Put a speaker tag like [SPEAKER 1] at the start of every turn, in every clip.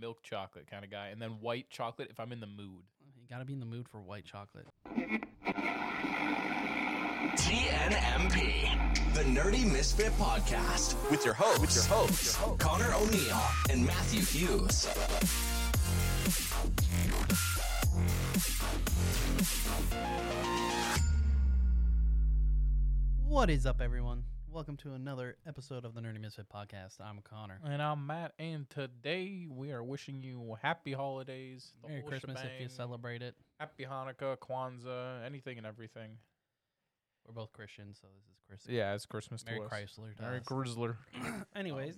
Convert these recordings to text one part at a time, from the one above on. [SPEAKER 1] milk chocolate kind of guy, and then white chocolate if I'm in the mood.
[SPEAKER 2] You gotta be in the mood for white chocolate.
[SPEAKER 3] TNMP, the Nerdy Misfit Podcast, with your hosts, with your hosts, Connor O'Neill and Matthew Hughes.
[SPEAKER 2] What is up, everyone? Welcome to another episode of the Nerdy Misfit Podcast. I'm Connor.
[SPEAKER 1] And I'm Matt, and today we are wishing you happy holidays, the
[SPEAKER 2] Merry
[SPEAKER 1] whole
[SPEAKER 2] Christmas if
[SPEAKER 1] shebang,
[SPEAKER 2] you celebrate it.
[SPEAKER 1] happy Hanukkah, Kwanzaa, anything and everything.
[SPEAKER 2] We're both Christians, so this is Christmas.
[SPEAKER 1] Yeah, it's Christmas.
[SPEAKER 2] Merry
[SPEAKER 1] to us.
[SPEAKER 2] Chrysler. to
[SPEAKER 1] Merry um,
[SPEAKER 2] us.
[SPEAKER 1] Chrysler.
[SPEAKER 2] Anyways,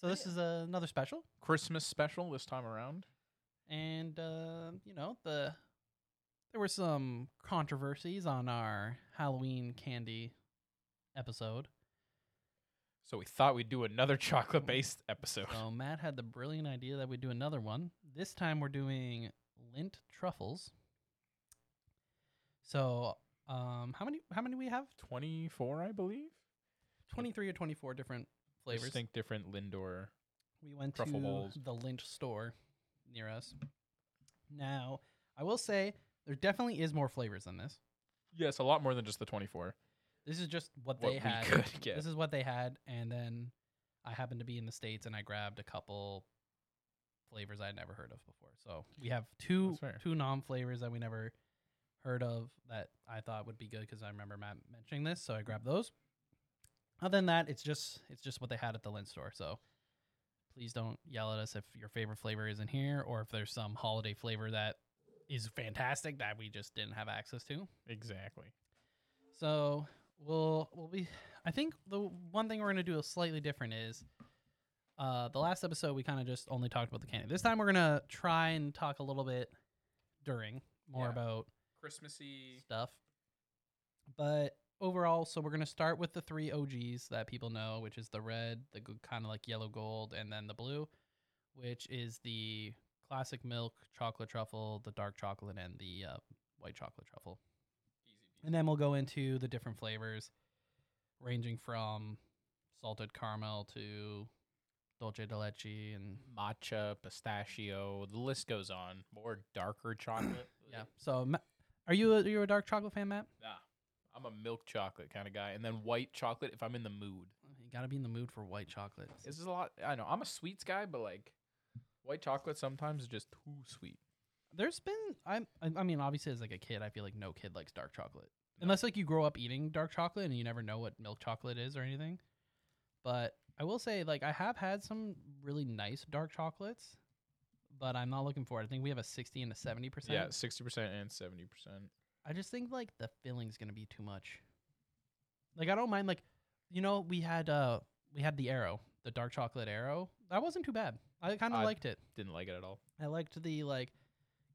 [SPEAKER 2] so this is uh, another special,
[SPEAKER 1] Christmas special this time around.
[SPEAKER 2] and uh, you know the there were some controversies on our Halloween candy episode.
[SPEAKER 1] So we thought we'd do another chocolate based episode.
[SPEAKER 2] So Matt had the brilliant idea that we'd do another one. This time we're doing lint truffles. So, um, how many? How many we have?
[SPEAKER 1] 24, I believe.
[SPEAKER 2] Twenty three or twenty four different flavors.
[SPEAKER 1] Distinct different Lindor.
[SPEAKER 2] we went
[SPEAKER 1] truffle
[SPEAKER 2] to
[SPEAKER 1] balls.
[SPEAKER 2] the lint store near us. Now, I will say there definitely is more flavors than this.
[SPEAKER 1] Yes, a lot more than just the 24.
[SPEAKER 2] This is just what,
[SPEAKER 1] What
[SPEAKER 2] they
[SPEAKER 1] we
[SPEAKER 2] had.
[SPEAKER 1] could get.
[SPEAKER 2] This is what they had, and then I happened to be in the states and I grabbed a couple flavors I'd never heard of before. So we have two
[SPEAKER 1] That's fair.
[SPEAKER 2] two non flavors that we never heard of that I thought would be good because I remember Matt mentioning this, so I grabbed those. Other than that, it's just it's just what they had at the lint store. So please don't yell at us if your favorite flavor isn't here or if there's some holiday flavor that is fantastic that we just didn't have access to.
[SPEAKER 1] Exactly.
[SPEAKER 2] So we'll we'll be. I think the one thing we're gonna do is slightly different is, uh, the last episode we kind of just only talked about the candy. This time we're gonna try and talk a little bit during more
[SPEAKER 1] Yeah.
[SPEAKER 2] about
[SPEAKER 1] Christmassy.
[SPEAKER 2] stuff. But overall, so we're gonna start with the three OGs that people know, which is the red, the kind of like yellow gold, and then the blue, which is the classic milk chocolate truffle, the dark chocolate, and the uh, white chocolate truffle. And then we'll go into the different flavors, ranging from salted caramel to dolce de leche, and
[SPEAKER 1] Matcha, pistachio, the list goes on. More darker chocolate.
[SPEAKER 2] yeah. So, Ma- are you a, you a dark chocolate fan, Matt?
[SPEAKER 1] Nah, I'm a milk chocolate kind of guy. And then white chocolate if I'm in the mood.
[SPEAKER 2] You gotta be in the mood for white chocolate.
[SPEAKER 1] This is a lot. I know. I'm a sweets guy, but like white chocolate sometimes is just too sweet.
[SPEAKER 2] There's been I'm I I mean obviously as like a kid I feel like no kid likes dark chocolate unless like you grow up eating dark chocolate and you never know what milk chocolate is or anything. But I will say like I have had some really nice dark chocolates, but I'm not looking for it. I think we have a sixty and a seventy percent.
[SPEAKER 1] Yeah, 60% and 70%.
[SPEAKER 2] I just think like the filling's gonna be too much. Like I don't mind like you know we had uh we had the arrow the dark chocolate arrow that wasn't too bad. I kind of
[SPEAKER 1] I-
[SPEAKER 2] liked it.
[SPEAKER 1] Didn't like it at all.
[SPEAKER 2] I liked the like,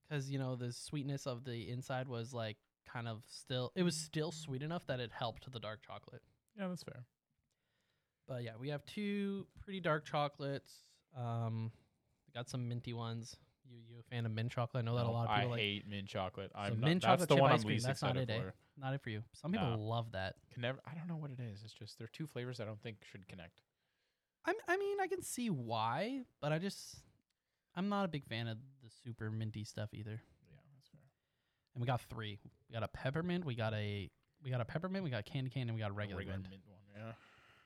[SPEAKER 2] because you know the sweetness of the inside was like kind of still. It was still sweet enough that it helped the dark chocolate.
[SPEAKER 1] Yeah, that's fair.
[SPEAKER 2] But yeah, we have two pretty dark chocolates. Um, we got some minty ones. You you a fan of mint chocolate? I know that a
[SPEAKER 1] No,
[SPEAKER 2] lot of
[SPEAKER 1] I
[SPEAKER 2] people like.
[SPEAKER 1] hate mint chocolate. I'm
[SPEAKER 2] so
[SPEAKER 1] not,
[SPEAKER 2] mint
[SPEAKER 1] that's
[SPEAKER 2] chocolate
[SPEAKER 1] the
[SPEAKER 2] chip
[SPEAKER 1] one
[SPEAKER 2] ice
[SPEAKER 1] I'm
[SPEAKER 2] cream.
[SPEAKER 1] least
[SPEAKER 2] that's not
[SPEAKER 1] excited
[SPEAKER 2] it. eh?
[SPEAKER 1] for.
[SPEAKER 2] Not it for you. Some people
[SPEAKER 1] No.
[SPEAKER 2] love that.
[SPEAKER 1] Can never. I don't know what it is. It's just there are two flavors I don't think should connect.
[SPEAKER 2] I'm, I mean, I can see why, but I just I'm not a big fan of the super minty stuff either.
[SPEAKER 1] Yeah, that's fair.
[SPEAKER 2] And we got three. We got a peppermint. We got a we got a peppermint. We got candy cane, and we got
[SPEAKER 1] The
[SPEAKER 2] regular, mint.
[SPEAKER 1] mint one. Yeah.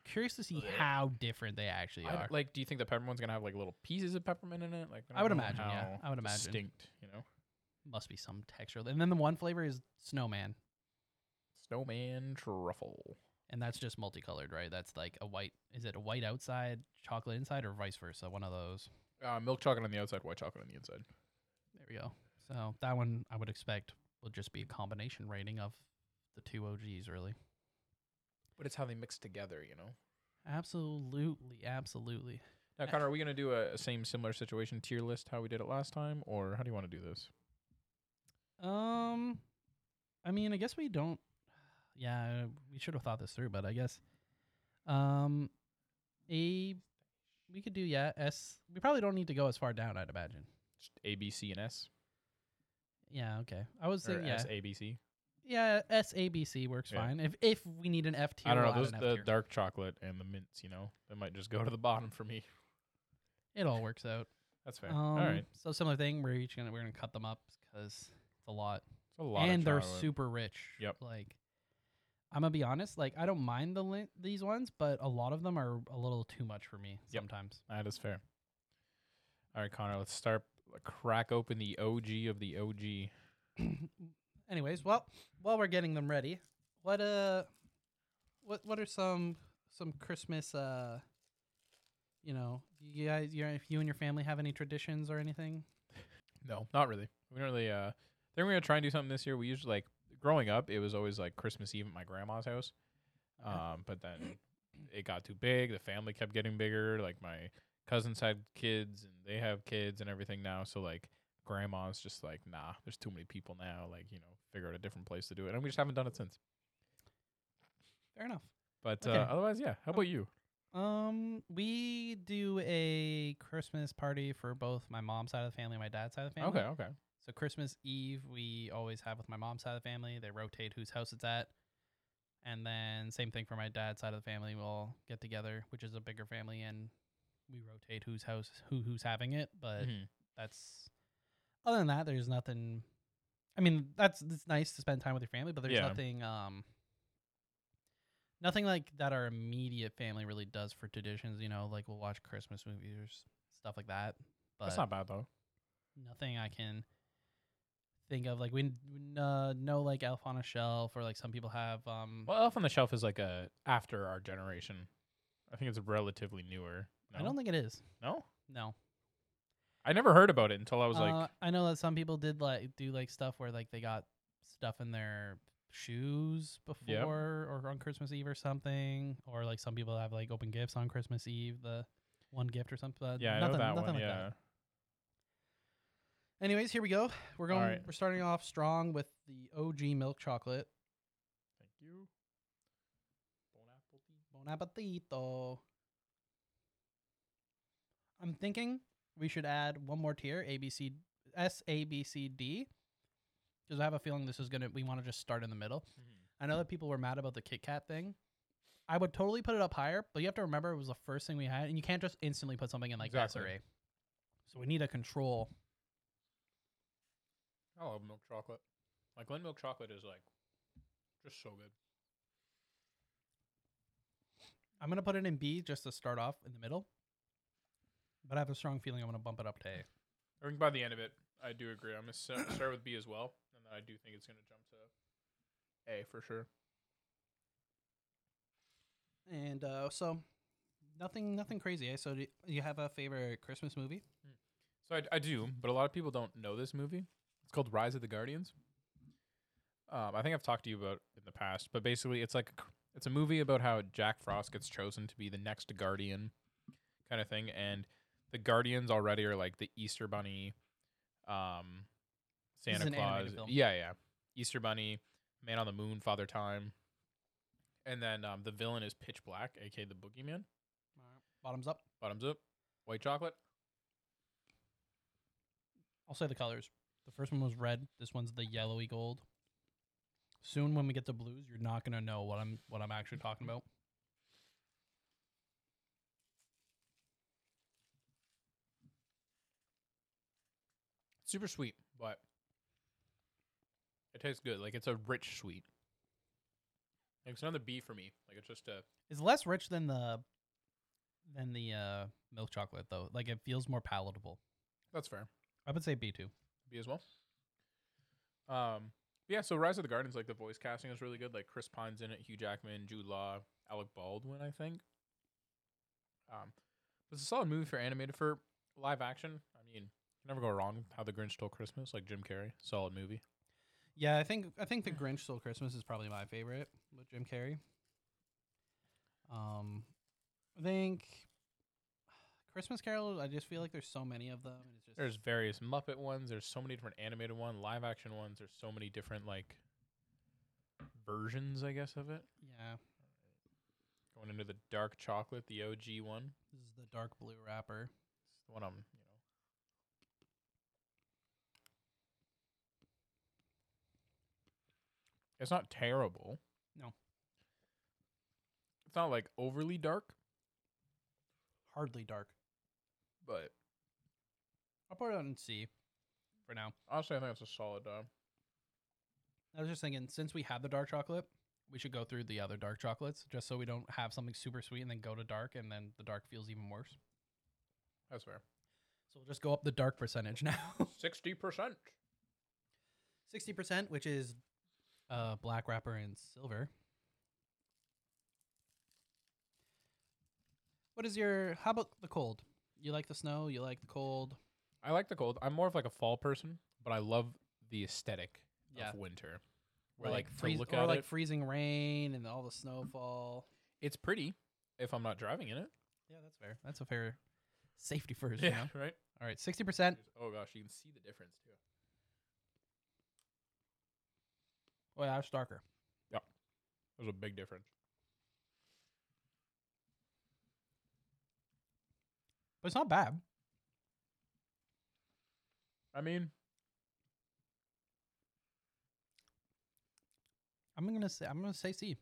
[SPEAKER 2] Curious to see
[SPEAKER 1] Ugh.
[SPEAKER 2] how different they actually
[SPEAKER 1] Oh, I
[SPEAKER 2] are.
[SPEAKER 1] don't- like, do you think the peppermint one's gonna have like little pieces of peppermint in it? Like,
[SPEAKER 2] I would
[SPEAKER 1] don't know
[SPEAKER 2] imagine, yeah.
[SPEAKER 1] how
[SPEAKER 2] I would imagine.
[SPEAKER 1] Distinct, you know.
[SPEAKER 2] Must be some texture. And then the one flavor is snowman,
[SPEAKER 1] Snowman truffle.
[SPEAKER 2] and that's just multicolored, right? That's like a white. Is it a white outside, chocolate inside, or vice versa? One of those.
[SPEAKER 1] Uh, milk chocolate on the outside, white chocolate on the inside.
[SPEAKER 2] There we go. So that one I would expect will just be a combination rating of the two OGs, really.
[SPEAKER 1] But it's how they mix together, you know.
[SPEAKER 2] Absolutely, absolutely.
[SPEAKER 1] Now, Connor, are we gonna do a, a same similar situation tier list how we did it last time, or how do you want to do this?
[SPEAKER 2] Um, I mean, I guess we don't. Yeah, we should have thought this through, but I guess, um, a we could do yeah S. We probably don't need to go as far down, I'd imagine.
[SPEAKER 1] Just A, B, C, and S,
[SPEAKER 2] Yeah, okay. I was
[SPEAKER 1] or
[SPEAKER 2] thinking yeah,
[SPEAKER 1] S, A, B, C.
[SPEAKER 2] yeah. S A B C works
[SPEAKER 1] Yeah.
[SPEAKER 2] fine. If if we need an F tier,
[SPEAKER 1] I don't know.
[SPEAKER 2] we'll
[SPEAKER 1] Those
[SPEAKER 2] add an F
[SPEAKER 1] the
[SPEAKER 2] tier.
[SPEAKER 1] dark chocolate and the mints, you know, they might just go to the bottom for me.
[SPEAKER 2] it all works out. Um,
[SPEAKER 1] That's fair. All right.
[SPEAKER 2] So similar thing. We're each gonna we're gonna cut them up because it's a lot,
[SPEAKER 1] It's a lot. of
[SPEAKER 2] and they're
[SPEAKER 1] chocolate.
[SPEAKER 2] super rich.
[SPEAKER 1] Yep.
[SPEAKER 2] Like, I'm gonna be honest. Like, I don't mind the lin- these ones, but a lot of them are a little too much for me
[SPEAKER 1] Yep.
[SPEAKER 2] sometimes.
[SPEAKER 1] That is fair. All right, Connor. Let's start. Crack open the OG of the OG.
[SPEAKER 2] Anyways, well, while we're getting them ready, what uh, what what are some some Christmas uh, you know, you guys, you if you and your family have any traditions or anything?
[SPEAKER 1] No, not really. We don't really. Uh, I think we're gonna try and do something this year. We usually like growing up, it was always like Christmas Eve at my grandma's house.
[SPEAKER 2] Okay.
[SPEAKER 1] Um, but then it got too big. The family kept getting bigger. Like my cousins had kids, and they have kids and everything now. So like grandma's just like, nah, there's too many people now. Like you know, figure out a different place to do it, and we just haven't done it since.
[SPEAKER 2] Fair enough.
[SPEAKER 1] But
[SPEAKER 2] Okay. Oh,
[SPEAKER 1] uh, otherwise, yeah. How about you?
[SPEAKER 2] Um, we do a Christmas party for both my mom's side of the family and my dad's side of the family.
[SPEAKER 1] Okay, okay.
[SPEAKER 2] So Christmas Eve we always have with my mom's side of the family. They rotate whose house it's at. And then same thing for my dad's side of the family. We'll all get together, which is a bigger family, and we rotate whose house who who's having it. But
[SPEAKER 1] Mhm.
[SPEAKER 2] that's other than that, there's nothing. I mean, that's it's nice to spend time with your family, but there's
[SPEAKER 1] Yeah.
[SPEAKER 2] nothing um nothing like that our immediate family really does for traditions. You know, like we'll watch Christmas movies or s- stuff like that. But
[SPEAKER 1] That's not bad though.
[SPEAKER 2] nothing I can think of. Like we n- n- uh, no like Elf on a Shelf or like some people have. Um,
[SPEAKER 1] Well, Elf on the Shelf is like a after our generation. I think it's relatively newer. No?
[SPEAKER 2] I don't think it is.
[SPEAKER 1] no.
[SPEAKER 2] No,
[SPEAKER 1] I never heard about it until I was
[SPEAKER 2] Uh,
[SPEAKER 1] like,
[SPEAKER 2] I know that some people did like do like stuff where like they got stuff in their shoes before or on Christmas Eve or something, or like some people have like open gifts on Christmas Eve, the one gift or something. but
[SPEAKER 1] yeah, I
[SPEAKER 2] nothing,
[SPEAKER 1] know that
[SPEAKER 2] nothing
[SPEAKER 1] one.
[SPEAKER 2] like
[SPEAKER 1] yeah.
[SPEAKER 2] that. Anyways, here we go. We're
[SPEAKER 1] All
[SPEAKER 2] going.
[SPEAKER 1] right.
[SPEAKER 2] We're starting off strong with the OG milk chocolate.
[SPEAKER 1] Thank you. Bon appetit.
[SPEAKER 2] Bon appetito. I'm thinking we should add one more tier, A B C S A B C D, because I have a feeling this is gonna. We want to just start in the middle. I know that people were mad about the Kit Kat thing. I would totally put it up higher, but you have to remember it was the first thing we had, and you can't just instantly put something in like S or
[SPEAKER 1] Exactly.
[SPEAKER 2] A. So we need a control.
[SPEAKER 1] I love milk chocolate. Like Glen milk chocolate is like just so good.
[SPEAKER 2] I'm gonna put it in B just to start off in the middle, but I have a strong feeling I'm gonna bump it up to A.
[SPEAKER 1] I think by the end of it, I do agree. I'm gonna st- start with B as well, and then I do think it's gonna jump to A for sure.
[SPEAKER 2] And uh, so, nothing, nothing crazy. Eh? So, do you have a favorite Christmas movie?
[SPEAKER 1] So I, I do, but a lot of people don't know this movie. It's called Rise of the Guardians. Um, I think I've talked to you about it in the past, but basically, it's like a, cr- it's a movie about how Jack Frost gets chosen to be the next Guardian, kind of thing. And the Guardians already are like the Easter Bunny, um,
[SPEAKER 2] This is
[SPEAKER 1] Santa
[SPEAKER 2] an
[SPEAKER 1] Claus.
[SPEAKER 2] animated film.
[SPEAKER 1] Yeah, yeah. Easter Bunny, Man on the Moon, Father Time, and then um, the villain is Pitch Black, aka the Boogeyman.
[SPEAKER 2] Bottoms up.
[SPEAKER 1] Bottoms up, white chocolate.
[SPEAKER 2] I'll say the colors. The first one was red. This one's the yellowy gold. Soon, when we get to blues, you're not gonna know what I'm what I'm actually talking about.
[SPEAKER 1] super sweet, but it tastes good. Like it's a rich sweet. Like it's another B for me. Like it's just a
[SPEAKER 2] It's less rich than the than the uh, milk chocolate though. Like it feels more palatable.
[SPEAKER 1] that's fair.
[SPEAKER 2] I would say B two.
[SPEAKER 1] B as well. Um but yeah, so Rise of the Gardens, like the voice casting is really good. Like Chris Pine's in it, Hugh Jackman, Jude Law, Alec Baldwin, I think. Um it's a solid movie for animated for live action. I mean, you never go wrong with how the Grinch stole Christmas, like Jim Carrey. Solid movie.
[SPEAKER 2] Yeah, I think I think the Grinch Stole Christmas is probably my favorite with Jim Carrey. Um, I think Christmas Carol. I just feel like there's so many of them. And it's just
[SPEAKER 1] There's various Muppet ones. There's so many different animated ones, live action ones. There's so many different like versions, I guess, of it.
[SPEAKER 2] yeah,
[SPEAKER 1] Going into the dark chocolate, the OG one,
[SPEAKER 2] this is the dark blue wrapper.
[SPEAKER 1] it's the one I'm, you know, it's not terrible.
[SPEAKER 2] No.
[SPEAKER 1] it's not like overly dark,
[SPEAKER 2] Hardly dark.
[SPEAKER 1] but
[SPEAKER 2] put it on C for now.
[SPEAKER 1] Honestly, I think that's a solid. Uh,
[SPEAKER 2] I was just thinking, since we had the dark chocolate, we should go through the other dark chocolates just so we don't have something super sweet and then go to dark and then the dark feels even worse.
[SPEAKER 1] that's fair.
[SPEAKER 2] So we'll just go up the dark percentage now.
[SPEAKER 1] Sixty percent.
[SPEAKER 2] Sixty percent, which is uh, black wrapper and silver. What is your? How about the cold? You like the snow. You like the cold.
[SPEAKER 1] I like the cold. I'm more of like a fall person, but I love the aesthetic
[SPEAKER 2] Yeah.
[SPEAKER 1] of winter. Where like,
[SPEAKER 2] freeze-
[SPEAKER 1] to look
[SPEAKER 2] or
[SPEAKER 1] at
[SPEAKER 2] like
[SPEAKER 1] it,
[SPEAKER 2] freezing rain and all the snowfall.
[SPEAKER 1] it's pretty. If I'm not driving in it,
[SPEAKER 2] Yeah, that's fair. That's a fair safety first. You know?
[SPEAKER 1] right.
[SPEAKER 2] All right, sixty percent.
[SPEAKER 1] Oh gosh, you can see the difference too.
[SPEAKER 2] Oh yeah, it's darker.
[SPEAKER 1] There's a big difference.
[SPEAKER 2] But it's not bad.
[SPEAKER 1] I mean,
[SPEAKER 2] I'm gonna say I'm gonna say C.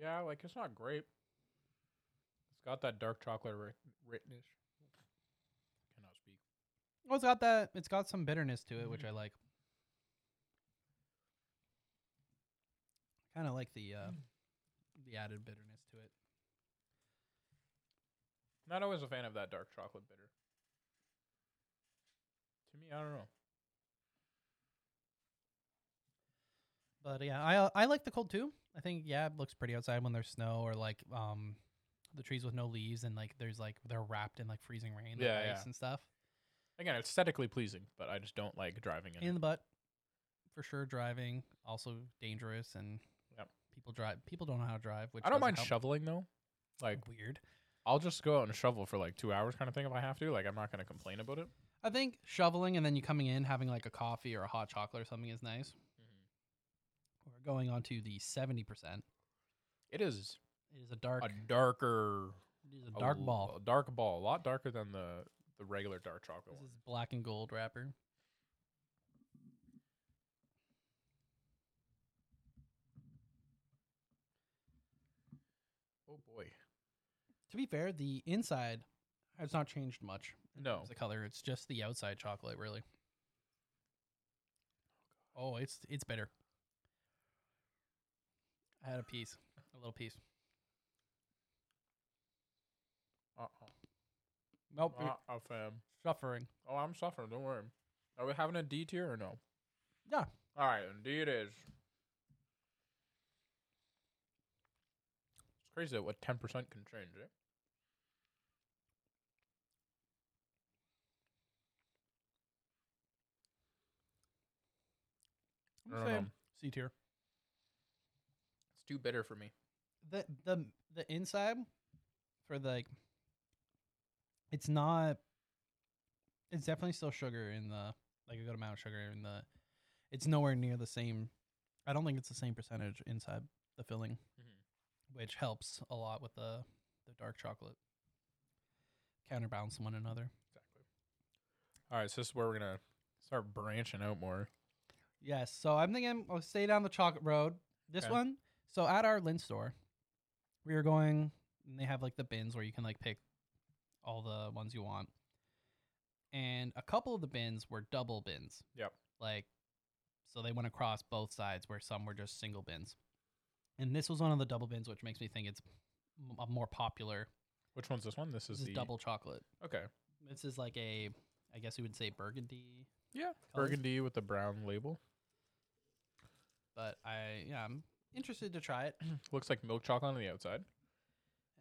[SPEAKER 1] yeah, like it's not great. It's got that dark chocolate ri- richness. Cannot speak.
[SPEAKER 2] Oh, it's got that. It's got some bitterness to it, which
[SPEAKER 1] Mm-hmm.
[SPEAKER 2] I like. Kind of like the
[SPEAKER 1] Mm.
[SPEAKER 2] uh, the added bitterness to it.
[SPEAKER 1] Not always a fan of that dark chocolate bitter. To me, I don't know.
[SPEAKER 2] But yeah, I uh, I like the cold too. I think yeah, it looks pretty outside when there's snow or like um the trees with no leaves and like there's like they're wrapped in like freezing rain, like
[SPEAKER 1] Yeah,
[SPEAKER 2] ice
[SPEAKER 1] yeah.
[SPEAKER 2] and stuff.
[SPEAKER 1] Again, aesthetically pleasing, but I just don't like driving in.
[SPEAKER 2] In
[SPEAKER 1] it.
[SPEAKER 2] the butt, for sure. Driving also dangerous and
[SPEAKER 1] Yep.
[SPEAKER 2] people drive. People don't know how to drive. Which
[SPEAKER 1] I don't
[SPEAKER 2] doesn't
[SPEAKER 1] mind
[SPEAKER 2] help.
[SPEAKER 1] shoveling though. Like
[SPEAKER 2] Weird.
[SPEAKER 1] I'll just go out and shovel for like two hours, kind of thing, if I have to. Like, I'm not going to complain about it.
[SPEAKER 2] I think shoveling and then you coming in having like a coffee or a hot chocolate or something is nice.
[SPEAKER 1] Mm-hmm.
[SPEAKER 2] We're going on to the seventy percent.
[SPEAKER 1] It is
[SPEAKER 2] It is a dark,
[SPEAKER 1] a darker,
[SPEAKER 2] it is a dark
[SPEAKER 1] l-
[SPEAKER 2] ball.
[SPEAKER 1] a dark ball, a lot darker than the the regular dark chocolate
[SPEAKER 2] This
[SPEAKER 1] one.
[SPEAKER 2] is black and gold wrapper.
[SPEAKER 1] Oh boy,
[SPEAKER 2] To be fair, the inside has not changed much. in
[SPEAKER 1] No.
[SPEAKER 2] terms of color. It's just the outside chocolate, really. Oh, it's it's bitter. I had a piece, a little piece.
[SPEAKER 1] uh
[SPEAKER 2] Nope,
[SPEAKER 1] oh,
[SPEAKER 2] you're
[SPEAKER 1] uh, fam.
[SPEAKER 2] suffering.
[SPEAKER 1] Oh, I'm suffering. Don't worry. Are we having a D tier or no?
[SPEAKER 2] Yeah.
[SPEAKER 1] All right, then D it is. It's crazy that what ten percent can change eh? it.
[SPEAKER 2] I'm
[SPEAKER 1] I don't
[SPEAKER 2] saying
[SPEAKER 1] know.
[SPEAKER 2] C tier.
[SPEAKER 1] It's too bitter for me.
[SPEAKER 2] the the the inside for like it's not it's definitely still sugar in the like a good amount of sugar in the it's nowhere near the same i don't think it's the same percentage inside the filling which helps a lot with the the dark chocolate counterbalance one another
[SPEAKER 1] Exactly. All right, so this is where we're gonna start branching out more.
[SPEAKER 2] yes so i'm thinking i'll stay down the chocolate road this
[SPEAKER 1] Okay.
[SPEAKER 2] one so at our lint store we were going and they have like the bins where you can like pick all the ones you want. And a couple of the bins were double bins.
[SPEAKER 1] Yep.
[SPEAKER 2] Like so they went across both sides where some were just single bins. And this was one of the double bins which makes me think it's m- a more popular.
[SPEAKER 1] Which one's this one? This is
[SPEAKER 2] This is
[SPEAKER 1] the
[SPEAKER 2] double chocolate.
[SPEAKER 1] Okay.
[SPEAKER 2] This is like a I guess you would say burgundy,
[SPEAKER 1] Yeah.
[SPEAKER 2] Colours?
[SPEAKER 1] Burgundy with the brown label.
[SPEAKER 2] but I yeah, I'm interested to try it
[SPEAKER 1] Looks like milk chocolate on the outside.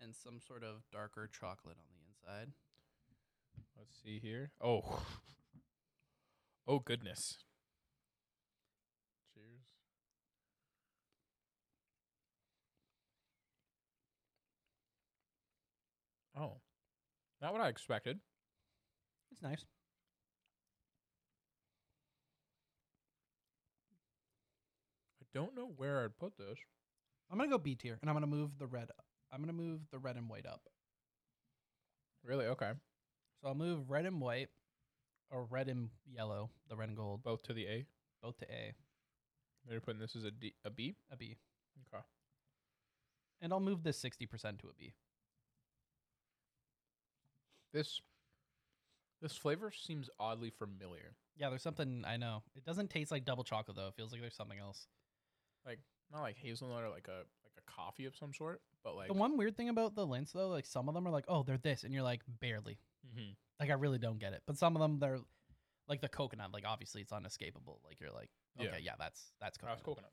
[SPEAKER 2] and some sort of darker chocolate on the inside.
[SPEAKER 1] Let's see here. Oh. Oh goodness. Cheers. Oh. Not what I expected.
[SPEAKER 2] It's nice.
[SPEAKER 1] I don't know where I'd put this.
[SPEAKER 2] I'm gonna go B tier, and I'm gonna move the red. Up. I'm gonna move the red and white up.
[SPEAKER 1] Really? Okay.
[SPEAKER 2] So I'll move red and white, or red and yellow, the red and gold,
[SPEAKER 1] Both to the A.
[SPEAKER 2] both to A,
[SPEAKER 1] Maybe putting this as a D a B.
[SPEAKER 2] a B,
[SPEAKER 1] Okay.
[SPEAKER 2] and I'll move this sixty percent to a B.
[SPEAKER 1] This this flavor seems oddly familiar.
[SPEAKER 2] Yeah, there's something I know. It doesn't taste like double chocolate though. It feels like there's something else.
[SPEAKER 1] Not like hazelnut or like a like a coffee of some sort, but like
[SPEAKER 2] the one weird thing about the Lints though, like some of them are like, oh, they're this, and you're like, barely.
[SPEAKER 1] Mhm.
[SPEAKER 2] Like I really don't get it. But some of them they're like the coconut. Like obviously it's unescapable. Like you're like,
[SPEAKER 1] Yeah.
[SPEAKER 2] okay, yeah, that's that's
[SPEAKER 1] Oh,
[SPEAKER 2] coconut.
[SPEAKER 1] it's coconut.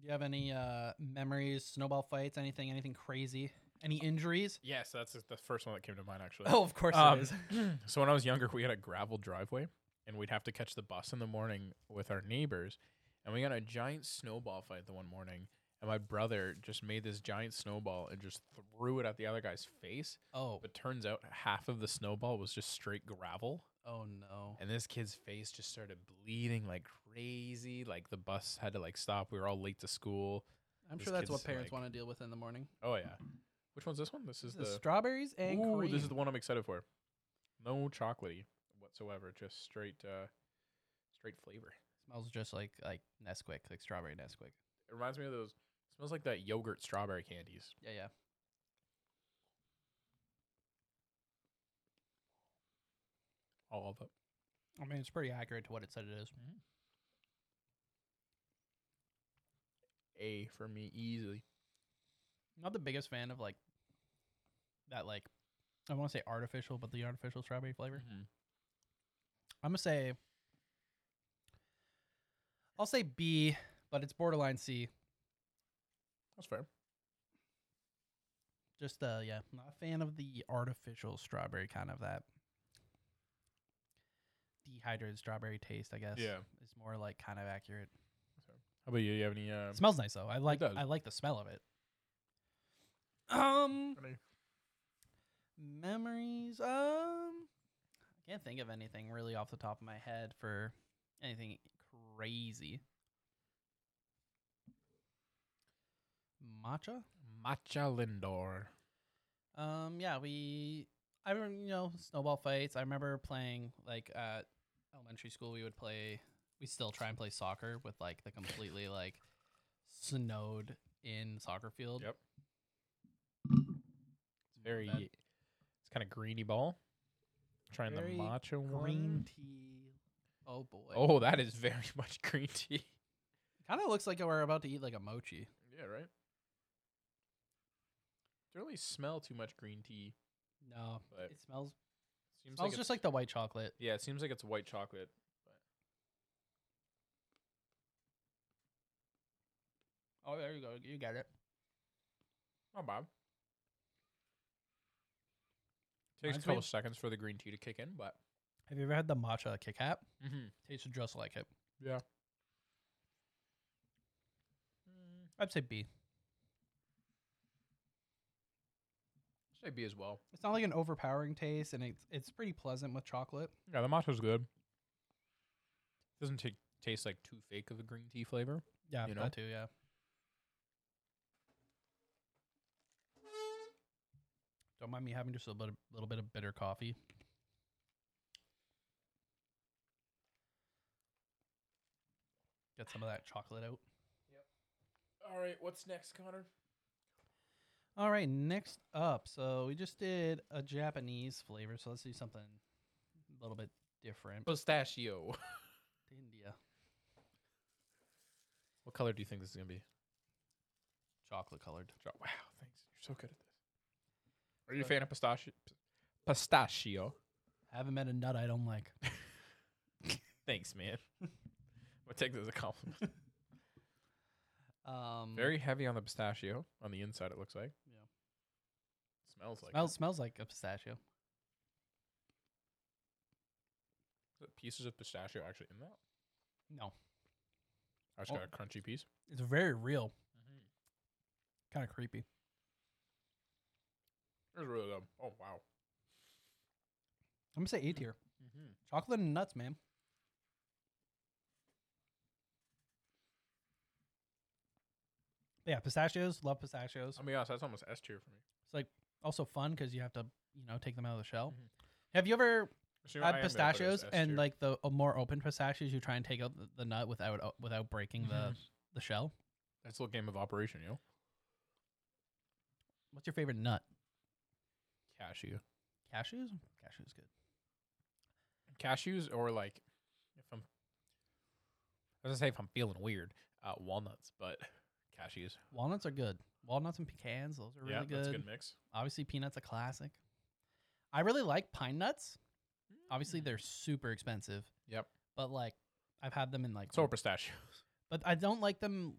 [SPEAKER 2] Do you have any uh memories, snowball fights, anything, anything crazy, any injuries?
[SPEAKER 1] Yes, that's the first one that came to mind actually.
[SPEAKER 2] Oh, of course
[SPEAKER 1] Um,
[SPEAKER 2] it is.
[SPEAKER 1] so when I was younger, we had a gravel driveway, and we'd have to catch the bus in the morning with our neighbors, and we got in a giant snowball fight the one morning. And my brother just made this giant snowball and just threw it at the other guy's face.
[SPEAKER 2] Oh,
[SPEAKER 1] But turns out half of the snowball was just straight gravel,
[SPEAKER 2] oh no.
[SPEAKER 1] and this kid's face just started bleeding like crazy. Like the bus had to like stop. We were all late to school.
[SPEAKER 2] I'm
[SPEAKER 1] this
[SPEAKER 2] sure that's
[SPEAKER 1] kid's
[SPEAKER 2] what parents
[SPEAKER 1] like-
[SPEAKER 2] want to deal with in the morning.
[SPEAKER 1] Oh yeah, which one's this one? This is
[SPEAKER 2] The
[SPEAKER 1] the
[SPEAKER 2] strawberries and
[SPEAKER 1] Ooh,
[SPEAKER 2] cream.
[SPEAKER 1] this is the one I'm excited for. No chocolatey whatsoever, just straight uh straight flavor.
[SPEAKER 2] smells just like like Nesquik, like strawberry Nesquik.
[SPEAKER 1] It reminds me of those smells like that yogurt strawberry candies.
[SPEAKER 2] Yeah, yeah.
[SPEAKER 1] All of them.
[SPEAKER 2] I mean, it's pretty accurate to what it said it is.
[SPEAKER 1] A for me easily.
[SPEAKER 2] Not the biggest fan of like that, like I want to say artificial, but the artificial strawberry flavor.
[SPEAKER 1] Mm-hmm.
[SPEAKER 2] I'm gonna say, I'll say B, but it's borderline C.
[SPEAKER 1] That's fair.
[SPEAKER 2] Just uh, yeah, not a fan of the artificial strawberry kind of that dehydrated strawberry taste. I guess
[SPEAKER 1] Yeah.
[SPEAKER 2] is more like kind of accurate.
[SPEAKER 1] How about you? You have any uh
[SPEAKER 2] smells nice though. I like
[SPEAKER 1] does.
[SPEAKER 2] I like the smell of it. Um,
[SPEAKER 1] any-
[SPEAKER 2] memories. Um, I can't think of anything really off the top of my head for anything crazy. Matcha.
[SPEAKER 1] matcha Lindor?
[SPEAKER 2] Um, yeah, we. I remember, you know, snowball fights. I remember playing like at elementary school. We would play. We still try and play soccer with like the completely like snowed in soccer field.
[SPEAKER 1] Yep. It's very
[SPEAKER 2] bad.
[SPEAKER 1] it's kind of greeny ball. Trying
[SPEAKER 2] Very
[SPEAKER 1] the matcha
[SPEAKER 2] Green
[SPEAKER 1] one.
[SPEAKER 2] tea. Oh boy.
[SPEAKER 1] Oh, that is very much green tea.
[SPEAKER 2] Kind of looks like we're about to eat like a mochi.
[SPEAKER 1] Yeah, right. Don't really smell too much green tea.
[SPEAKER 2] No,
[SPEAKER 1] But
[SPEAKER 2] it smells
[SPEAKER 1] Seems
[SPEAKER 2] smells
[SPEAKER 1] like
[SPEAKER 2] just
[SPEAKER 1] it's-
[SPEAKER 2] like the white chocolate.
[SPEAKER 1] yeah, it seems like it's white chocolate.
[SPEAKER 2] Oh, there you go. You got it.
[SPEAKER 1] Oh, Bob. Takes a
[SPEAKER 2] Reminds me
[SPEAKER 1] couple
[SPEAKER 2] of-
[SPEAKER 1] seconds for the green tea to kick in, but
[SPEAKER 2] Have you ever had the matcha Kit Kat? Tastes just like it.
[SPEAKER 1] yeah,
[SPEAKER 2] I'd say B.
[SPEAKER 1] say B as well.
[SPEAKER 2] It's not like an overpowering taste, and it's it's pretty pleasant with chocolate.
[SPEAKER 1] Yeah, the matcha's good. Doesn't ta- taste like too fake of a green tea flavor.
[SPEAKER 2] Yeah,
[SPEAKER 1] You
[SPEAKER 2] that
[SPEAKER 1] know?
[SPEAKER 2] too. Yeah. Don't mind me having just a little, little bit of bitter coffee. Get some of that chocolate out.
[SPEAKER 1] All right, what's next, Connor?
[SPEAKER 2] All right, next up. So we just did a Japanese flavor, so let's do something a little bit different.
[SPEAKER 1] Pistachio.
[SPEAKER 2] India
[SPEAKER 1] what color do you think this is gonna be?
[SPEAKER 2] chocolate colored.
[SPEAKER 1] Wow, thanks. You're so good at this. Are you a fan of pistachio? Pistachio.
[SPEAKER 2] Haven't met a nut I don't like.
[SPEAKER 1] Thanks, man. I'll take this as a compliment.
[SPEAKER 2] Um,
[SPEAKER 1] Very heavy on the pistachio on the inside. It looks like.
[SPEAKER 2] Yeah.
[SPEAKER 1] Smells like. it.
[SPEAKER 2] smells smells like a pistachio.
[SPEAKER 1] Is it Pieces of pistachio actually in that.
[SPEAKER 2] No,
[SPEAKER 1] I just
[SPEAKER 2] Oh.
[SPEAKER 1] got a crunchy piece.
[SPEAKER 2] it's very real.
[SPEAKER 1] Mm-hmm.
[SPEAKER 2] Kind of creepy.
[SPEAKER 1] It's really good. Oh wow.
[SPEAKER 2] I'm gonna say A tier.
[SPEAKER 1] Mm-hmm.
[SPEAKER 2] Chocolate and nuts, man. But yeah, pistachios. Love pistachios.
[SPEAKER 1] I'll be honest. That's almost S tier for me.
[SPEAKER 2] It's like also fun because you have to, you know, take them out of the shell.
[SPEAKER 1] Mhm.
[SPEAKER 2] Have you ever
[SPEAKER 1] Actually, I am
[SPEAKER 2] had
[SPEAKER 1] gonna put it as
[SPEAKER 2] pistachios
[SPEAKER 1] S
[SPEAKER 2] and
[SPEAKER 1] tier.
[SPEAKER 2] like the uh, more open pistachios, you try and take out the, the nut without uh, without breaking
[SPEAKER 1] Mm-hmm.
[SPEAKER 2] the the shell?
[SPEAKER 1] that's a little game of operation, yo.
[SPEAKER 2] What's your favorite nut?
[SPEAKER 1] cashew.
[SPEAKER 2] Cashews? Cashews good.
[SPEAKER 1] Cashews or like if I'm I was gonna say if I'm feeling weird, uh, walnuts, but cashews.
[SPEAKER 2] Walnuts are good. Walnuts and pecans, those are really
[SPEAKER 1] yeah,
[SPEAKER 2] good.
[SPEAKER 1] that's a good mix.
[SPEAKER 2] Obviously, peanuts a classic. I really like pine nuts. Obviously, they're super expensive,
[SPEAKER 1] Yep.
[SPEAKER 2] but like I've had them in like
[SPEAKER 1] So are pistachios.
[SPEAKER 2] but I don't like them.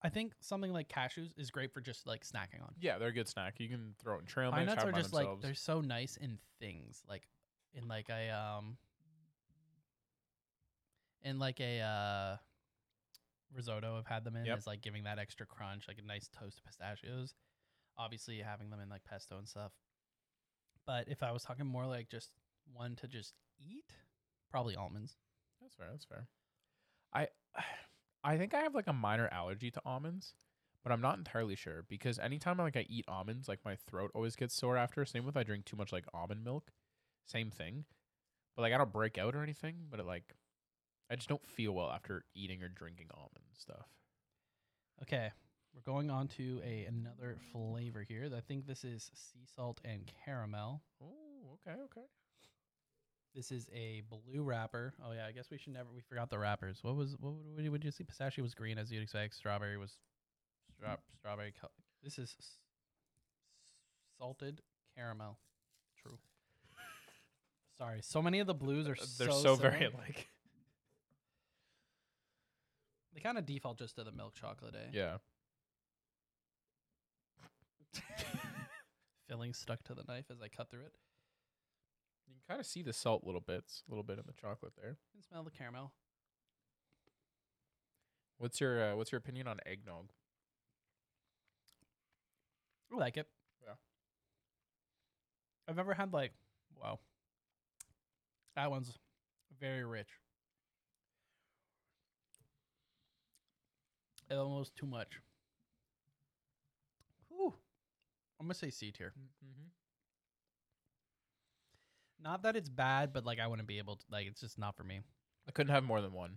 [SPEAKER 2] I think something like cashews is great for just like snacking on.
[SPEAKER 1] Yeah, they're a good snack. You can throw it in trail
[SPEAKER 2] Pine
[SPEAKER 1] mix.
[SPEAKER 2] nuts
[SPEAKER 1] have
[SPEAKER 2] are
[SPEAKER 1] it by
[SPEAKER 2] just like
[SPEAKER 1] themselves.
[SPEAKER 2] they're so nice in things like in like a um in like a uh risotto I've had them in
[SPEAKER 1] Yep.
[SPEAKER 2] is like giving that extra crunch like a nice toast of pistachios. Obviously having them in like pesto and stuff. But if I was talking more like just one to just eat, probably almonds.
[SPEAKER 1] That's fair. That's fair. I I think I have like a minor allergy to almonds, but I'm not entirely sure because anytime like I eat almonds, like my throat always gets sore after. Same with I drink too much like almond milk, same thing. But like I don't break out or anything, but it like I just don't feel well after eating or drinking almond stuff.
[SPEAKER 2] Okay, we're going on to a another flavor here. I think this is sea salt and caramel.
[SPEAKER 1] Oh, okay, okay.
[SPEAKER 2] This is a blue wrapper. Oh yeah, I guess we should never. We forgot the wrappers. What was what would you, would you see? Pistachio was green as you'd expect. Strawberry was stra- strawberry. Co- this is s- salted caramel. True. Sorry, so many of the blues are
[SPEAKER 1] Uh, They're so,
[SPEAKER 2] so
[SPEAKER 1] very
[SPEAKER 2] similar.
[SPEAKER 1] alike.
[SPEAKER 2] They kind of default just to the milk chocolate, eh?
[SPEAKER 1] Yeah.
[SPEAKER 2] Filling stuck to the knife as I cut through it.
[SPEAKER 1] You can kind of see the salt little bits, a little bit in the chocolate there.
[SPEAKER 2] You can smell the caramel.
[SPEAKER 1] What's your uh, what's your opinion on eggnog?
[SPEAKER 2] I like it.
[SPEAKER 1] Yeah.
[SPEAKER 2] I've never had like wow. That one's very rich. Almost too much. Whew. I'm gonna say C tier.
[SPEAKER 1] Mm-hmm.
[SPEAKER 2] Not that it's bad, but like I wouldn't be able to like it's just not for me.
[SPEAKER 1] I couldn't have more than one.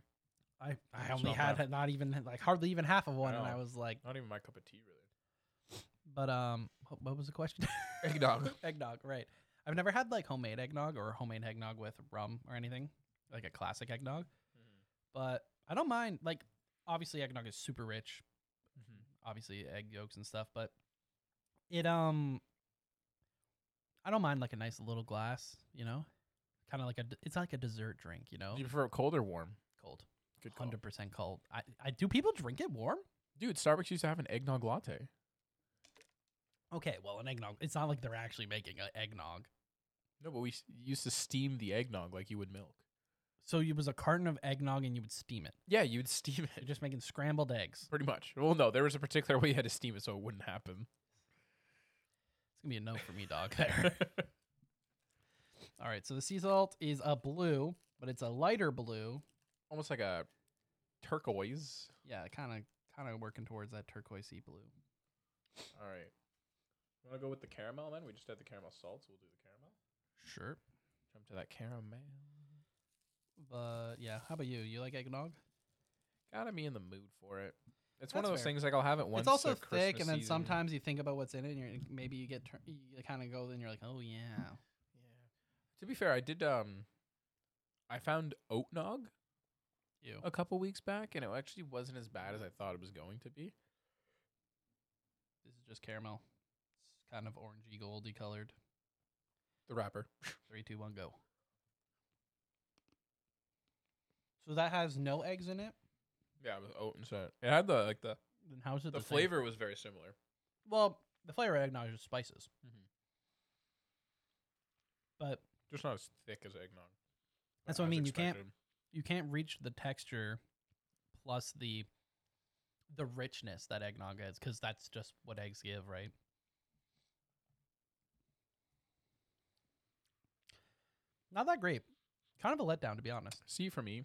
[SPEAKER 2] I, I
[SPEAKER 1] It's
[SPEAKER 2] only
[SPEAKER 1] not
[SPEAKER 2] had
[SPEAKER 1] bad.
[SPEAKER 2] not even like hardly even half of one and I
[SPEAKER 1] know.
[SPEAKER 2] was like
[SPEAKER 1] Not even my cup of tea, really.
[SPEAKER 2] but um what- what was the question?
[SPEAKER 1] Eggnog.
[SPEAKER 2] eggnog, right. I've never had like homemade eggnog or homemade eggnog with rum or anything, like a classic eggnog.
[SPEAKER 1] Mm-hmm.
[SPEAKER 2] But I don't mind. Like, obviously, eggnog is super rich.
[SPEAKER 1] Mm-hmm.
[SPEAKER 2] Obviously, egg yolks and stuff. But it um, I don't mind like a nice little glass. You know, kind of like a. d- It's like a dessert drink. You know,
[SPEAKER 1] Do you prefer it cold or warm?
[SPEAKER 2] cold,
[SPEAKER 1] Good call.
[SPEAKER 2] hundred percent cold. I, I do people drink it warm?
[SPEAKER 1] Dude, Starbucks used to have an eggnog latte.
[SPEAKER 2] Okay, well, an eggnog. It's not like they're actually making an eggnog.
[SPEAKER 1] No, but we s- used to steam the eggnog like you would milk.
[SPEAKER 2] So it was a carton of eggnog and you would steam it.
[SPEAKER 1] Yeah, you'd steam
[SPEAKER 2] You're
[SPEAKER 1] it.
[SPEAKER 2] just making scrambled eggs.
[SPEAKER 1] Pretty much. Well, no, there was a particular way you had to steam it so it wouldn't happen.
[SPEAKER 2] It's gonna be a no for me, dog. There. All right. So the sea salt is a blue, but it's a lighter blue.
[SPEAKER 1] Almost like a turquoise.
[SPEAKER 2] Yeah, kind of, kind of working towards that turquoisey blue.
[SPEAKER 1] All right. Want to go with the caramel then? We just had the caramel salts. We'll do the caramel.
[SPEAKER 2] Sure.
[SPEAKER 1] Jump to that caramel.
[SPEAKER 2] But yeah, how about you? You like eggnog?
[SPEAKER 1] Gotta be in the mood for it. It's one
[SPEAKER 2] That's
[SPEAKER 1] of those
[SPEAKER 2] fair.
[SPEAKER 1] things like I'll have it once.
[SPEAKER 2] it's also
[SPEAKER 1] at
[SPEAKER 2] thick,
[SPEAKER 1] Christmas
[SPEAKER 2] and then
[SPEAKER 1] season.
[SPEAKER 2] sometimes you think about what's in it, and you're, maybe you get tur- you kind of go, and you're like, oh yeah.
[SPEAKER 1] To be fair, I did. Um, I found oat nog
[SPEAKER 2] You.
[SPEAKER 1] a couple weeks back, and it actually wasn't as bad as I thought it was going to be.
[SPEAKER 2] This is just caramel. It's kind of orangey goldy colored.
[SPEAKER 1] The wrapper.
[SPEAKER 2] Three, two, one, go. So that has no eggs in it.
[SPEAKER 1] Yeah, with oat and so it had the like the
[SPEAKER 2] Then how is it
[SPEAKER 1] the
[SPEAKER 2] the same?
[SPEAKER 1] flavor was very similar.
[SPEAKER 2] Well, the flavor of eggnog is just spices.
[SPEAKER 1] Mhm.
[SPEAKER 2] But
[SPEAKER 1] Just not as thick as eggnog.
[SPEAKER 2] That's what I mean, you can't- you can't reach the texture plus the the richness that eggnog is because that's just what eggs give, right? Not that great. Kind of a letdown, to be honest.
[SPEAKER 1] see for me.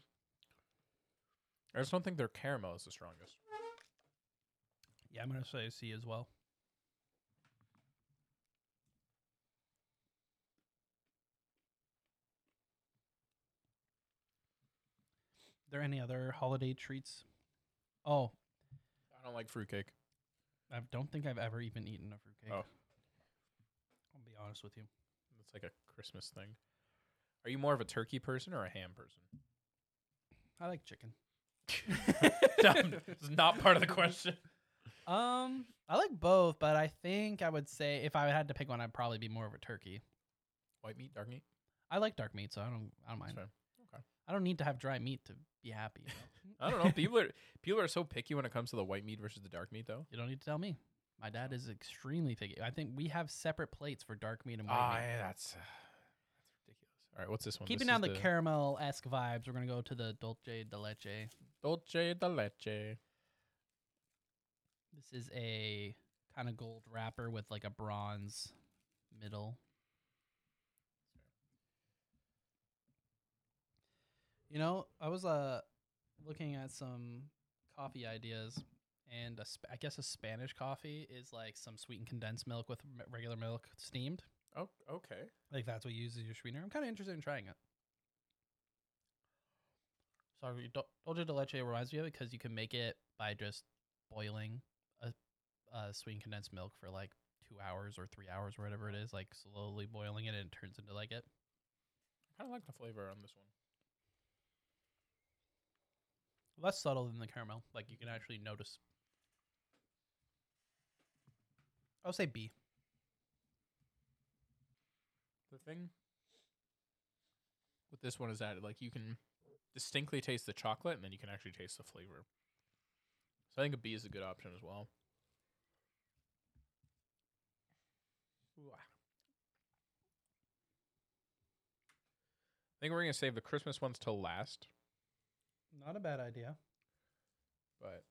[SPEAKER 1] I just don't think their caramel is the strongest.
[SPEAKER 2] Yeah, I'm gonna say C as well. There any other holiday treats? Oh,
[SPEAKER 1] I don't like fruitcake.
[SPEAKER 2] I don't think I've ever even eaten a fruitcake.
[SPEAKER 1] Oh.
[SPEAKER 2] I'll be honest with you.
[SPEAKER 1] It's like a Christmas thing. Are you more of a turkey person or a ham person?
[SPEAKER 2] I like chicken.
[SPEAKER 1] Dumb. It's not part of the question.
[SPEAKER 2] Um, I like both, but I think I would say if I had to pick one, I'd probably be more of a turkey.
[SPEAKER 1] White meat, dark meat.
[SPEAKER 2] I like dark meat, so I don't, I don't
[SPEAKER 1] That's
[SPEAKER 2] mind.
[SPEAKER 1] fair.
[SPEAKER 2] I don't need to have dry meat to be happy. you know?
[SPEAKER 1] I don't know. People are people are so picky when it comes to the white meat versus the dark meat, though.
[SPEAKER 2] you don't need to tell me. My dad is extremely picky. I think we have separate plates for dark meat and white
[SPEAKER 1] Ah,
[SPEAKER 2] meat.
[SPEAKER 1] yeah, that's uh, that's ridiculous. All right, what's this one? This
[SPEAKER 2] Keeping down the,
[SPEAKER 1] is
[SPEAKER 2] caramel esque vibes, we're gonna go to the dolce de leche.
[SPEAKER 1] dolce de leche.
[SPEAKER 2] This is a kind of gold wrapper with like a bronze middle. You know, I was uh looking at some coffee ideas, and a sp- I guess a Spanish coffee is like some sweetened condensed milk with m- regular milk steamed.
[SPEAKER 1] Oh, okay.
[SPEAKER 2] Like that's what you use as your sweetener. I'm kind of interested in trying it. Sorry, dol- dolce de leche reminds me of it because you can make it by just boiling a, a sweetened condensed milk for like two hours or three hours or whatever it is, like slowly boiling it and it turns into like it.
[SPEAKER 1] I kind of like the flavor on this one.
[SPEAKER 2] Less subtle than the caramel. Like you can actually notice. I'll say B.
[SPEAKER 1] the thing with this one is that like you can distinctly taste the chocolate and then you can actually taste the flavor. So I think a B is a good option as well. Ooh, ah. I think we're gonna save the Christmas ones till last,
[SPEAKER 2] Not a bad idea.
[SPEAKER 1] but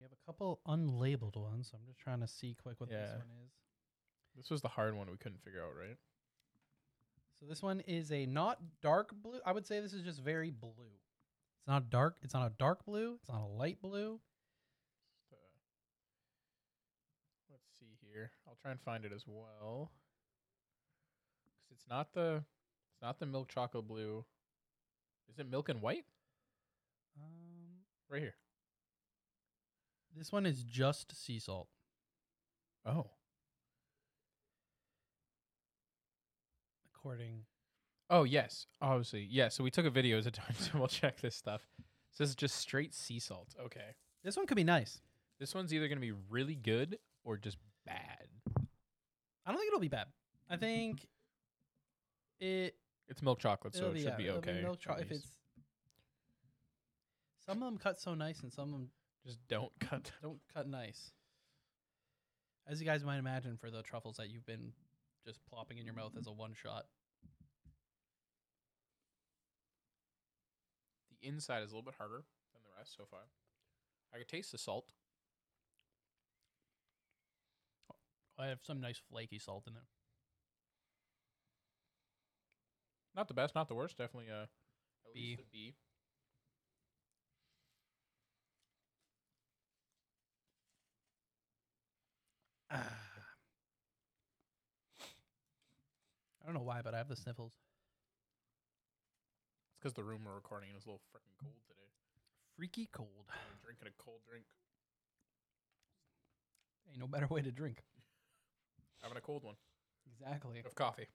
[SPEAKER 2] We have a couple unlabeled ones. So I'm just trying to see quick what this
[SPEAKER 1] Yeah.
[SPEAKER 2] one is.
[SPEAKER 1] this was the hard one we couldn't figure out, right?
[SPEAKER 2] So this one is a not dark blue. I would say this is just very blue. It's not dark. It's not a dark blue. It's not a light blue.
[SPEAKER 1] Just, uh, let's see here. I'll try and find it as well. 'Cause it's not the it's not the milk chocolate blue. Is it milk and white?
[SPEAKER 2] Um,
[SPEAKER 1] Right here.
[SPEAKER 2] this one is just sea salt.
[SPEAKER 1] Oh.
[SPEAKER 2] According,
[SPEAKER 1] Oh yes. Obviously. Yeah, so we took a video as a time so we'll check this stuff. So this is just straight sea salt. Okay.
[SPEAKER 2] this one could be nice.
[SPEAKER 1] This one's either gonna be really good or just bad.
[SPEAKER 2] I don't think it'll be bad. I think it.
[SPEAKER 1] It's milk chocolate, so
[SPEAKER 2] it'll
[SPEAKER 1] it should
[SPEAKER 2] Oh, yeah,
[SPEAKER 1] be
[SPEAKER 2] it'll
[SPEAKER 1] okay.
[SPEAKER 2] milk
[SPEAKER 1] at
[SPEAKER 2] cho- if
[SPEAKER 1] least.
[SPEAKER 2] it's. Some of them cut so nice, and some of them
[SPEAKER 1] just don't cut them.
[SPEAKER 2] don't cut nice. As you guys might imagine, for the truffles that you've been just plopping in your mouth as a one shot.
[SPEAKER 1] The inside is a little bit harder than the rest so far. I could taste the salt.
[SPEAKER 2] I have some nice flaky salt in there.
[SPEAKER 1] Not the best, not the worst. Definitely a at least a
[SPEAKER 2] B.
[SPEAKER 1] B.
[SPEAKER 2] I don't know why, but I have the sniffles.
[SPEAKER 1] It's because the room we're recording in is a little freaking cold today.
[SPEAKER 2] Freaky cold.
[SPEAKER 1] We're drinking a cold drink,
[SPEAKER 2] Ain't no better way to drink.
[SPEAKER 1] having a cold one
[SPEAKER 2] Exactly.
[SPEAKER 1] of coffee.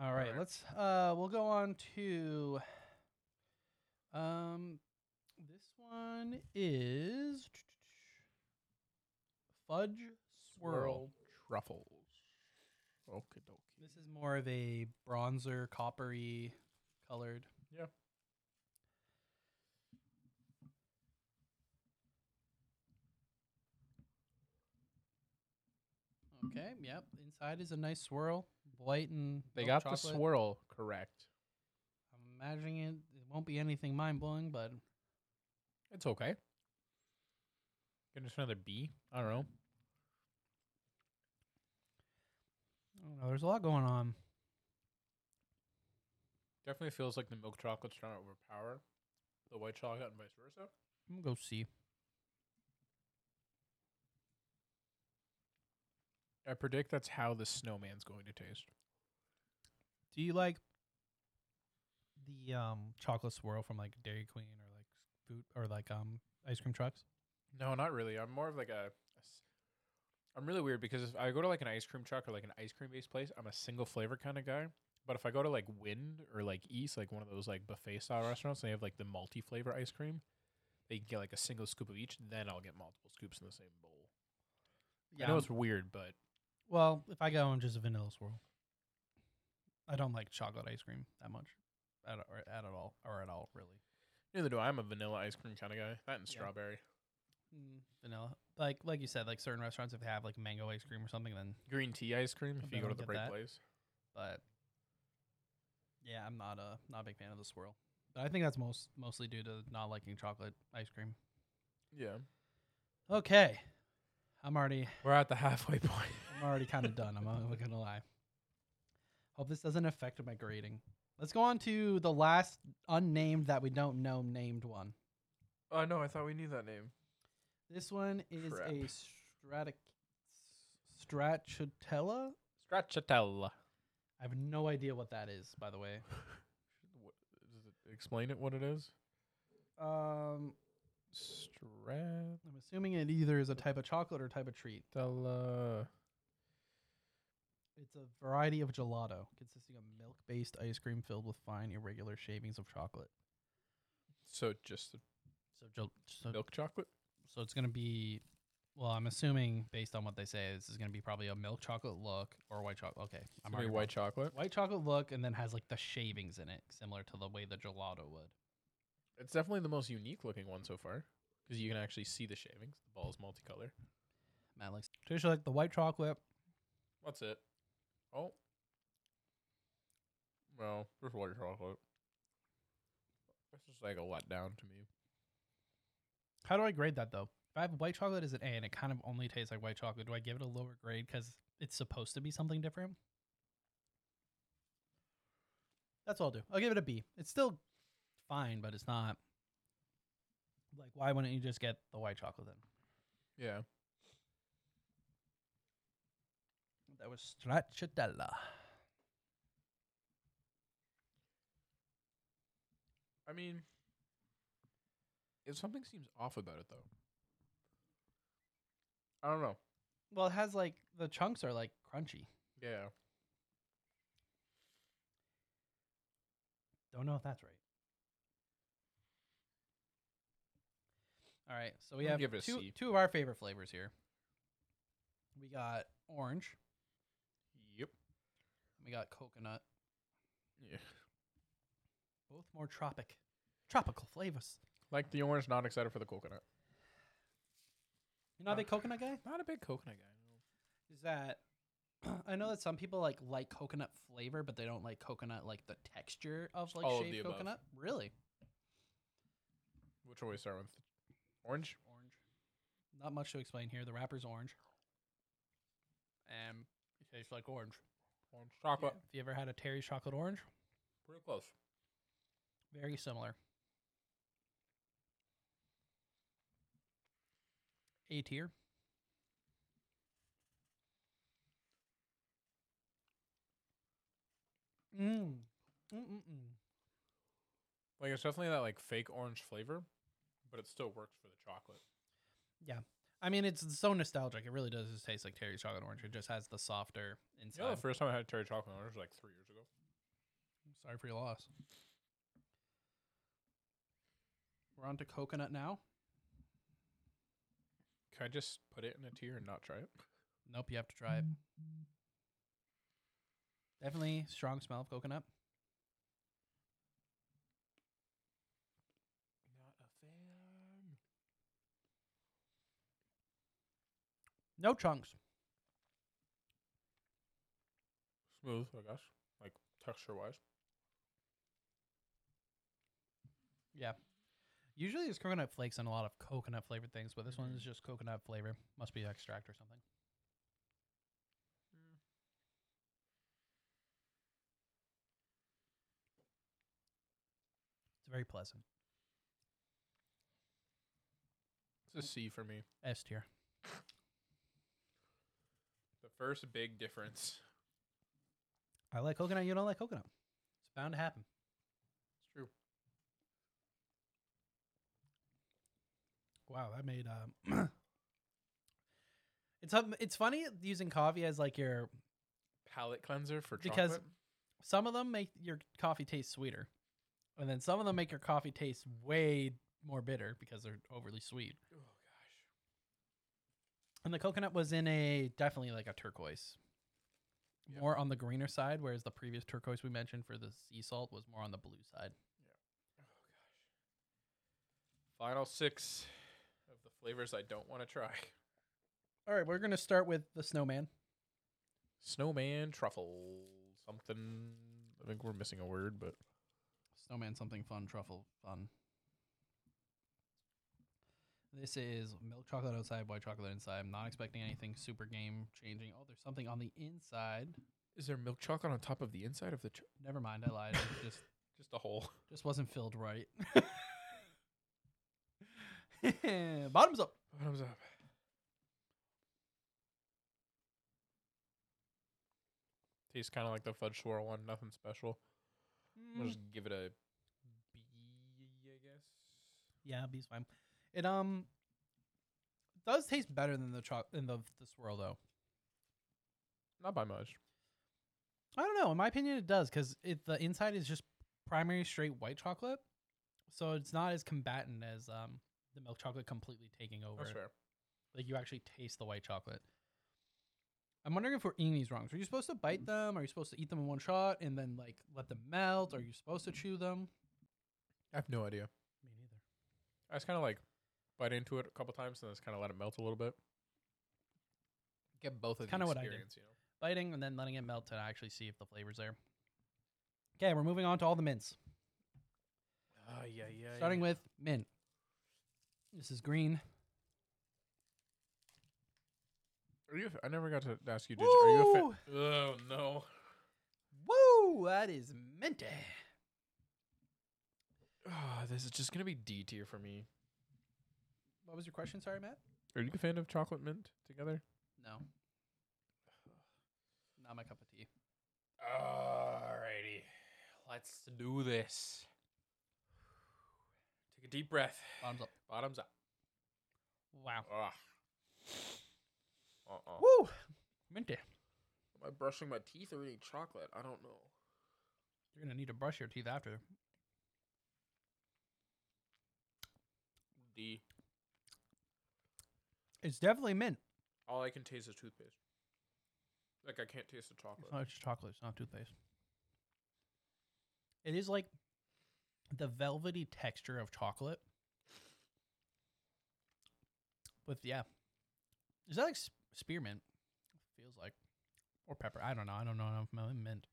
[SPEAKER 2] All right,
[SPEAKER 1] Alright.
[SPEAKER 2] let's. Uh, we'll go on to. Um, this one is fudge swirl.
[SPEAKER 1] truffles. Okay, dokie.
[SPEAKER 2] This is more of a bronzer, coppery colored.
[SPEAKER 1] Yeah.
[SPEAKER 2] Okay, yep. Inside is a nice swirl, white and
[SPEAKER 1] They
[SPEAKER 2] milk
[SPEAKER 1] got the
[SPEAKER 2] chocolate.
[SPEAKER 1] swirl correct.
[SPEAKER 2] I'm imagining it. It won't be anything mind blowing, but
[SPEAKER 1] It's okay. Give us another B. I don't know.
[SPEAKER 2] I don't know. There's a lot going on.
[SPEAKER 1] Definitely feels like the milk chocolate's trying to overpower the white chocolate and vice versa.
[SPEAKER 2] I'm gonna go see.
[SPEAKER 1] I predict that's how the snowman's going to taste.
[SPEAKER 2] Do you like the um chocolate swirl from like Dairy Queen or like food or like um ice cream trucks?
[SPEAKER 1] No, not really. I'm more of like a, a s- I'm really weird because if I go to like an ice cream truck or like an ice cream based place, I'm a single flavor kind of guy. But if I go to like Wind or like East, like one of those like buffet style restaurants, they have like the multi flavor ice cream. They get like a single scoop of each, then I'll get multiple scoops in the same bowl. I know
[SPEAKER 2] I'm-
[SPEAKER 1] it's weird, but
[SPEAKER 2] Well, if I go, I'm just a vanilla swirl. I don't like chocolate ice cream that much, at or at at all, or at all, really.
[SPEAKER 1] neither do I. I'm a vanilla ice cream kind of guy. That and
[SPEAKER 2] Yeah.
[SPEAKER 1] strawberry.
[SPEAKER 2] Hmm. Vanilla, like like you said, like certain restaurants if they have like mango ice cream or something, then.
[SPEAKER 1] Green tea ice cream if
[SPEAKER 2] Then
[SPEAKER 1] you go
[SPEAKER 2] I'll
[SPEAKER 1] to the
[SPEAKER 2] get
[SPEAKER 1] right
[SPEAKER 2] that.
[SPEAKER 1] place.
[SPEAKER 2] But yeah, I'm not a not a big fan of the swirl. But I think that's most mostly due to not liking chocolate ice cream.
[SPEAKER 1] Yeah.
[SPEAKER 2] Okay, I'm already
[SPEAKER 1] We're at the halfway point.
[SPEAKER 2] I'm already kind of done. I'm not gonna lie. Hope this doesn't affect my grading. Let's go on to the last unnamed that we don't know named one.
[SPEAKER 1] Oh, no, I thought we knew that name.
[SPEAKER 2] This one is
[SPEAKER 1] Crap.
[SPEAKER 2] a stratic stracciatella.
[SPEAKER 1] Stracciatella.
[SPEAKER 2] I have no idea what that is, by the way.
[SPEAKER 1] What, does it explain it what it is?
[SPEAKER 2] Um,
[SPEAKER 1] Strat.
[SPEAKER 2] I'm assuming it either is a type of chocolate or type of treat.
[SPEAKER 1] Della.
[SPEAKER 2] It's a variety of gelato consisting of milk-based ice cream filled with fine, irregular shavings of chocolate.
[SPEAKER 1] So just the
[SPEAKER 2] So, gel- so
[SPEAKER 1] milk chocolate?
[SPEAKER 2] So it's gonna be, well, I'm assuming based on what they say, this is gonna be probably a milk chocolate look or white chocolate. Okay,
[SPEAKER 1] i
[SPEAKER 2] I'm already
[SPEAKER 1] white
[SPEAKER 2] white.
[SPEAKER 1] chocolate.
[SPEAKER 2] White chocolate look, and then has like the shavings in it, similar to the way the gelato would.
[SPEAKER 1] It's definitely the most unique looking one so far because you can actually see the shavings. The ball is multicolor.
[SPEAKER 2] Matt likes traditionally like the white chocolate.
[SPEAKER 1] What's it? Oh. Well, just white chocolate. That's just like a letdown to me.
[SPEAKER 2] How do I grade that though? If I have white chocolate as an A and it kind of only tastes like white chocolate, do I give it a lower grade because it's supposed to be something different? That's what I'll do. I'll give it a B. It's still fine, but it's not. Like, why wouldn't you just get the white chocolate then?
[SPEAKER 1] Yeah.
[SPEAKER 2] That was stracciatella.
[SPEAKER 1] I mean, if something seems off about it, though, I don't know.
[SPEAKER 2] Well, it has like the chunks are like crunchy.
[SPEAKER 1] Yeah.
[SPEAKER 2] Don't know if that's right. All right, so we
[SPEAKER 1] I'm gonna
[SPEAKER 2] have
[SPEAKER 1] give it a
[SPEAKER 2] two
[SPEAKER 1] C.
[SPEAKER 2] two of our favorite flavors here. We got orange.
[SPEAKER 1] Yep.
[SPEAKER 2] and We got coconut.
[SPEAKER 1] Yeah.
[SPEAKER 2] Both more tropic, tropical flavors.
[SPEAKER 1] Like the orange, not excited for the coconut.
[SPEAKER 2] You're not a
[SPEAKER 1] Uh,
[SPEAKER 2] big coconut guy?
[SPEAKER 1] Not a big coconut guy. no.
[SPEAKER 2] Is that? I know that some people like like coconut flavor, but they don't like coconut like the texture of like
[SPEAKER 1] All of the
[SPEAKER 2] shaved
[SPEAKER 1] above.
[SPEAKER 2] coconut. Really?
[SPEAKER 1] Which one we start with? Orange.
[SPEAKER 2] orange. Not much to explain here. The wrapper's orange. And it tastes like orange.
[SPEAKER 1] Orange chocolate.
[SPEAKER 2] Have you ever had a Terry's chocolate orange?
[SPEAKER 1] Pretty close.
[SPEAKER 2] Very similar. A tier. Mm. Mm-mm-mm.
[SPEAKER 1] Like it's definitely that like fake orange flavor, but it still works for the chocolate.
[SPEAKER 2] I mean, it's so nostalgic. It really does just taste like Terry's chocolate orange. It just has the softer inside.
[SPEAKER 1] You know, the first time I had cherry chocolate orange was like three years ago.
[SPEAKER 2] Sorry for your loss. We're on to coconut now.
[SPEAKER 1] Can I just put it in a tier and not try it?
[SPEAKER 2] Nope, you have to try it. Definitely strong smell of coconut.
[SPEAKER 1] Not a fan.
[SPEAKER 2] No chunks.
[SPEAKER 1] Smooth, I guess. Like texture wise.
[SPEAKER 2] Yeah. Usually there's coconut flakes and a lot of coconut flavored things, but this one is just coconut flavor. Must be extract or something. It's very pleasant.
[SPEAKER 1] It's a C for me.
[SPEAKER 2] S tier.
[SPEAKER 1] The first big difference.
[SPEAKER 2] I like coconut. You don't like coconut. It's bound to happen.
[SPEAKER 1] It's true.
[SPEAKER 2] Wow, that made um It's um, it's funny using coffee as like your
[SPEAKER 1] Palate cleanser for
[SPEAKER 2] Because-
[SPEAKER 1] chocolate.
[SPEAKER 2] some of them make your coffee taste sweeter, and then some of them make your coffee taste way more bitter because they're overly sweet.
[SPEAKER 1] Oh gosh.
[SPEAKER 2] And the coconut was in a definitely like a turquoise,
[SPEAKER 1] Yeah.
[SPEAKER 2] more on the greener side, whereas the previous turquoise we mentioned for the sea salt was more on the blue side.
[SPEAKER 1] Oh, Final six of the flavors I don't want to try.
[SPEAKER 2] All right, we're gonna start with the snowman.
[SPEAKER 1] Snowman truffle something. I think we're missing a word, but
[SPEAKER 2] Snowman something fun, truffle fun. This is milk chocolate outside, white chocolate inside. I'm not expecting anything super game changing. Oh, there's something on the inside.
[SPEAKER 1] is there milk chocolate on top of the inside of the ch-
[SPEAKER 2] Never mind, I lied. It just
[SPEAKER 1] just a hole?
[SPEAKER 2] just wasn't filled right. Bottoms up.
[SPEAKER 1] Bottoms up. Tastes kind of like the fudge swirl one. Nothing special.
[SPEAKER 2] Mm.
[SPEAKER 1] We'll just give it a B, I guess.
[SPEAKER 2] Yeah, bees fine. It um does taste better than the choc than the the swirl though.
[SPEAKER 1] Not by much.
[SPEAKER 2] I don't know. In my opinion, it does because it the inside is just primary straight white chocolate, so it's not as combatant as um the milk chocolate completely taking over.
[SPEAKER 1] That's
[SPEAKER 2] it.
[SPEAKER 1] fair.
[SPEAKER 2] Like you actually taste the white chocolate. I'm wondering if we're eating these wrong. Are you supposed to bite them? Are you supposed to eat them in one shot and then like let them melt? Are you supposed to chew them?
[SPEAKER 1] I have no idea.
[SPEAKER 2] Me neither.
[SPEAKER 1] I just kind of like bite into it a couple times and just kind of let it melt a little bit. Get both of
[SPEAKER 2] Kinda
[SPEAKER 1] the
[SPEAKER 2] what I did.
[SPEAKER 1] experience, you know.
[SPEAKER 2] biting and then letting it melt to actually see if the flavor's there. Okay, we're moving on to all the mints. Ah,
[SPEAKER 1] Oh yeah, yeah.
[SPEAKER 2] Starting with mint. This is green.
[SPEAKER 1] Are you? a- I never got to ask you. Did you, are you a fan?
[SPEAKER 2] Woo!
[SPEAKER 1] Oh no.
[SPEAKER 2] Woo, that is minty.
[SPEAKER 1] Oh, this is just gonna be D tier for me.
[SPEAKER 2] What was your question? Sorry, Matt.
[SPEAKER 1] Are you a fan of chocolate mint together?
[SPEAKER 2] No, not my cup of tea.
[SPEAKER 1] Alrighty, let's do this. Take a deep breath.
[SPEAKER 2] Bottoms up.
[SPEAKER 1] Bottoms up.
[SPEAKER 2] Wow.
[SPEAKER 1] Ugh. Uh-uh.
[SPEAKER 2] Woo, minty.
[SPEAKER 1] Am I brushing my teeth or eating chocolate? I don't know.
[SPEAKER 2] You're gonna need to brush your teeth after.
[SPEAKER 1] D.
[SPEAKER 2] It's definitely mint.
[SPEAKER 1] All I can taste is toothpaste. Like I can't taste the chocolate.
[SPEAKER 2] It's not just chocolate. It's not toothpaste. It is like the velvety texture of chocolate. With yeah, is that like s- spearmint? Feels like or pepper. I don't know. I don't know enough about mint.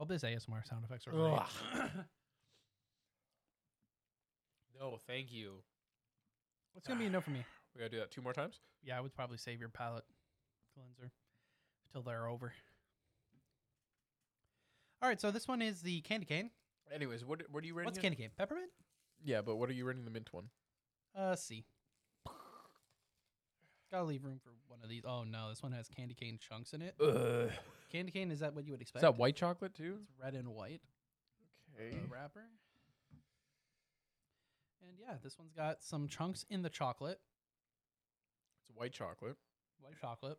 [SPEAKER 2] Hope this ASMR sound effects are great.
[SPEAKER 1] Ugh. no, thank you.
[SPEAKER 2] It's gonna be enough for me.
[SPEAKER 1] We gotta do that two more times.
[SPEAKER 2] Yeah, I would probably save your palate cleanser until they're over. All right, so this one is the candy cane.
[SPEAKER 1] Anyways, what what are you rating?
[SPEAKER 2] What's
[SPEAKER 1] it?
[SPEAKER 2] candy cane? Peppermint?
[SPEAKER 1] Yeah, but what are you rating the mint one?
[SPEAKER 2] Uh, C. Gotta leave room for one of these. Oh no, this one has candy cane chunks in it.
[SPEAKER 1] Ugh.
[SPEAKER 2] Candy cane is that what you would
[SPEAKER 1] Is
[SPEAKER 2] expect?
[SPEAKER 1] that white chocolate too?
[SPEAKER 2] It's red and white the
[SPEAKER 1] Okay.
[SPEAKER 2] wrapper. And yeah, this one's got some chunks in the chocolate,
[SPEAKER 1] It's white chocolate.
[SPEAKER 2] white chocolate.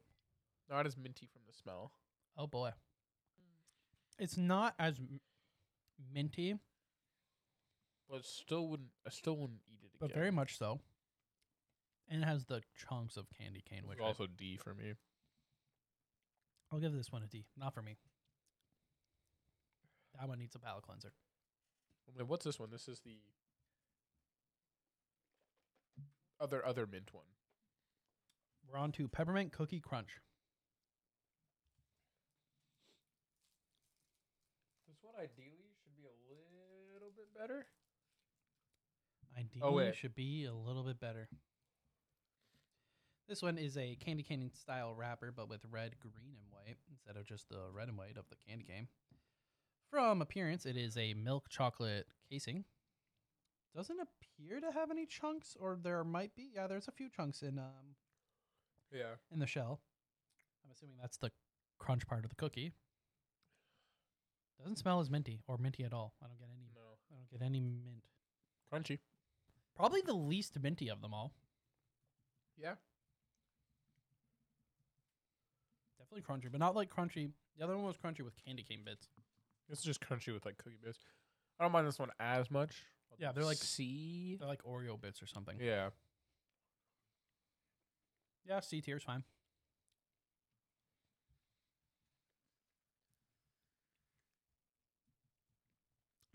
[SPEAKER 1] Not as minty from the smell.
[SPEAKER 2] Oh boy. It's not as m- minty,
[SPEAKER 1] But still wouldn't I still wouldn't eat it again.
[SPEAKER 2] but very much so. And it has the chunks of candy cane,
[SPEAKER 1] Which
[SPEAKER 2] which
[SPEAKER 1] is also D for me.
[SPEAKER 2] I, will give this one a D. Not for me. That one needs a palate cleanser.
[SPEAKER 1] And then what's this one? This is the other other mint one.
[SPEAKER 2] We're on to peppermint cookie crunch.
[SPEAKER 1] This one ideally should be a little bit better.
[SPEAKER 2] Ideally,
[SPEAKER 1] Oh, wait.
[SPEAKER 2] should be a little bit better. This one is a candy cane style wrapper, but with red, green, and white instead of just the red and white of the candy cane. From appearance, it is a milk chocolate casing. Doesn't appear to have any chunks, or there might be. Yeah, there's a few chunks in um
[SPEAKER 1] Yeah.
[SPEAKER 2] in the shell. I'm assuming that's the crunch part of the cookie. Doesn't smell as minty or minty at all. I don't get any.
[SPEAKER 1] No.
[SPEAKER 2] I don't get any mint.
[SPEAKER 1] Crunchy.
[SPEAKER 2] Probably the least minty of them all.
[SPEAKER 1] Yeah.
[SPEAKER 2] Definitely crunchy, but not like crunchy. The other one was crunchy with candy cane bits.
[SPEAKER 1] It's just crunchy with like cookie bits. I don't mind this one as much.
[SPEAKER 2] Yeah, they're like-
[SPEAKER 1] C.
[SPEAKER 2] They're like Oreo bits or something. Yeah,
[SPEAKER 1] Yeah.
[SPEAKER 2] C tier's fine.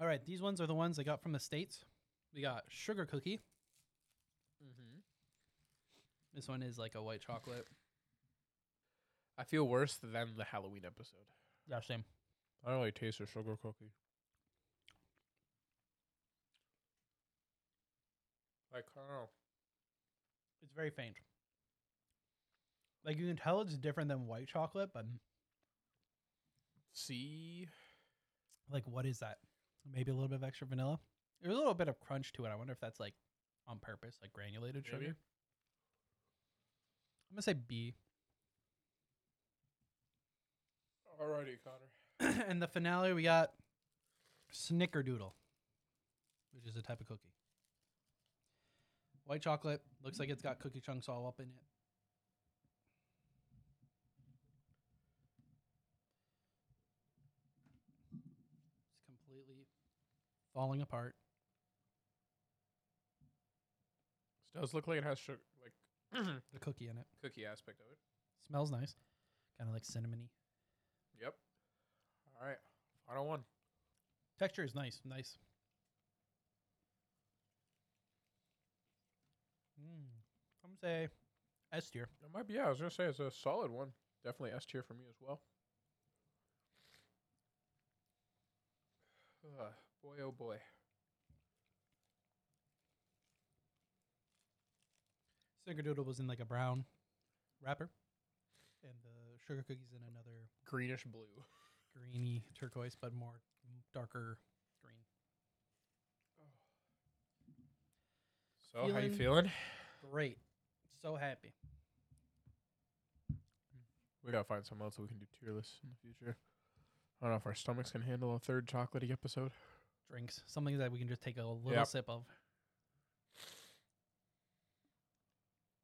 [SPEAKER 2] All right, these ones are the ones I got from the States. We got sugar cookie.
[SPEAKER 1] Mm-hmm.
[SPEAKER 2] This one is like a white chocolate.
[SPEAKER 1] I feel worse than the Halloween episode.
[SPEAKER 2] Yeah, same.
[SPEAKER 1] I don't really taste the sugar cookie. Like, I don't know.
[SPEAKER 2] It's very faint. Like you can tell it's different than white chocolate, but
[SPEAKER 1] C.
[SPEAKER 2] like what is that? Maybe a little bit of extra vanilla. There's a little bit of crunch to it. I wonder if that's like on purpose, like granulated
[SPEAKER 1] Maybe.
[SPEAKER 2] sugar. I'm gonna say B.
[SPEAKER 1] Alrighty, Connor.
[SPEAKER 2] and the finale we got snickerdoodle, which is a type of cookie. White chocolate looks like it's got cookie chunks all up in it. It's completely falling apart.
[SPEAKER 1] It does look like it has sugar, like
[SPEAKER 2] The cookie in it
[SPEAKER 1] cookie aspect of it.
[SPEAKER 2] smells nice, kind of like cinnamony.
[SPEAKER 1] Yep. All right. Final one.
[SPEAKER 2] Texture is nice, nice. Mm. I'm gonna say S tier.
[SPEAKER 1] It might be. Yeah, I was gonna say it's a solid one. Definitely S tier for me as well. Ugh, boy, oh boy.
[SPEAKER 2] Snickerdoodle was in like a brown wrapper, and the sugar cookies in another
[SPEAKER 1] Greenish blue.
[SPEAKER 2] greeny turquoise, but more darker green.
[SPEAKER 1] So how you
[SPEAKER 2] Feeling-
[SPEAKER 1] feeling?
[SPEAKER 2] Great, so happy.
[SPEAKER 1] We gotta find something else that we can do tier lists in the future. I don't know if our stomachs can handle a third chocolatey episode.
[SPEAKER 2] Drinks, something that we can just take a little
[SPEAKER 1] Yep.
[SPEAKER 2] sip of.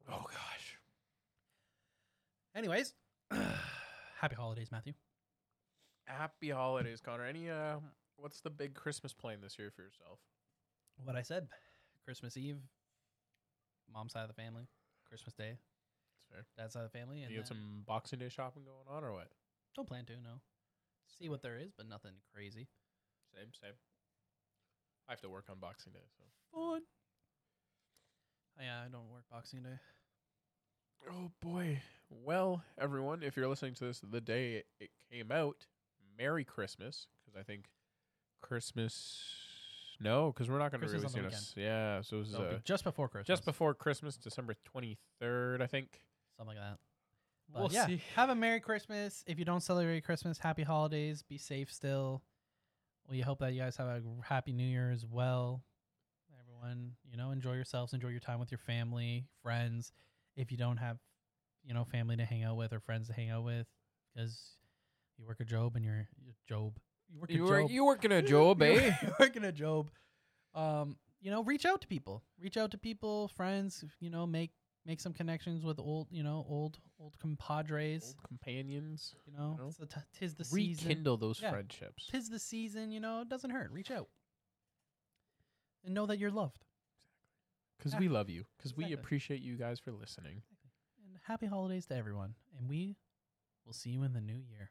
[SPEAKER 1] Oh gosh.
[SPEAKER 2] Anyways, happy holidays, Matthew.
[SPEAKER 1] Happy holidays, Connor. Any uh, what's the big Christmas plan this year for yourself?
[SPEAKER 2] What I said, Christmas Eve, mom's side of the family, Christmas Day,
[SPEAKER 1] It's fair.
[SPEAKER 2] dad's side of the family, and
[SPEAKER 1] you
[SPEAKER 2] then
[SPEAKER 1] got some Boxing Day shopping going on or what?
[SPEAKER 2] don't plan to no. See what there is, but nothing crazy.
[SPEAKER 1] Same, same. I have to work on Boxing Day, so.
[SPEAKER 2] Fun. Oh, Yeah, I don't work Boxing Day.
[SPEAKER 1] Oh boy. Well, everyone, if you're listening to this the day it came out, Merry Christmas because I think Christmas. No, because we're not going to release
[SPEAKER 2] Christmas on
[SPEAKER 1] it.
[SPEAKER 2] the
[SPEAKER 1] on s- Yeah, so it was
[SPEAKER 2] So it'll be
[SPEAKER 1] uh,
[SPEAKER 2] just before Christmas.
[SPEAKER 1] just before Christmas, December 23rd, I think.
[SPEAKER 2] Something like that. But
[SPEAKER 1] We'll
[SPEAKER 2] yeah,
[SPEAKER 1] see.
[SPEAKER 2] Have a Merry Christmas. If you don't celebrate Christmas, happy holidays. Be safe still. We hope that you guys have a happy new year as well. Everyone, you know, enjoy yourselves, enjoy your time with your family, friends. If you don't have, you know, family to hang out with or friends to hang out with, because you work a job and you're, you're job. You work a job.
[SPEAKER 1] working a eh?
[SPEAKER 2] You're, working a job. Um, you know, reach out to people. Reach out to people, friends. You know, make make some connections with old, you know, old old compadres.
[SPEAKER 1] Old companions.
[SPEAKER 2] you know,
[SPEAKER 1] know?
[SPEAKER 2] it's the t- tis the season.
[SPEAKER 1] Rekindle those
[SPEAKER 2] Yeah.
[SPEAKER 1] friendships.
[SPEAKER 2] Tis the season. You know, it doesn't hurt. Reach out and know that you're loved.
[SPEAKER 1] Because
[SPEAKER 2] Yeah.
[SPEAKER 1] we love you. Because we
[SPEAKER 2] Exactly.
[SPEAKER 1] appreciate you guys for listening.
[SPEAKER 2] And happy holidays to everyone. And we will see you in the new year.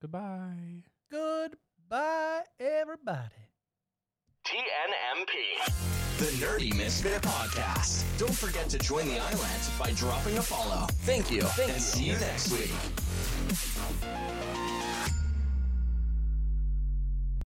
[SPEAKER 1] Goodbye.
[SPEAKER 2] Goodbye, everybody.
[SPEAKER 3] TNMP. The Nerdy Misfit Podcast. Don't forget to join the island by dropping a follow. Thank you. and see you next week.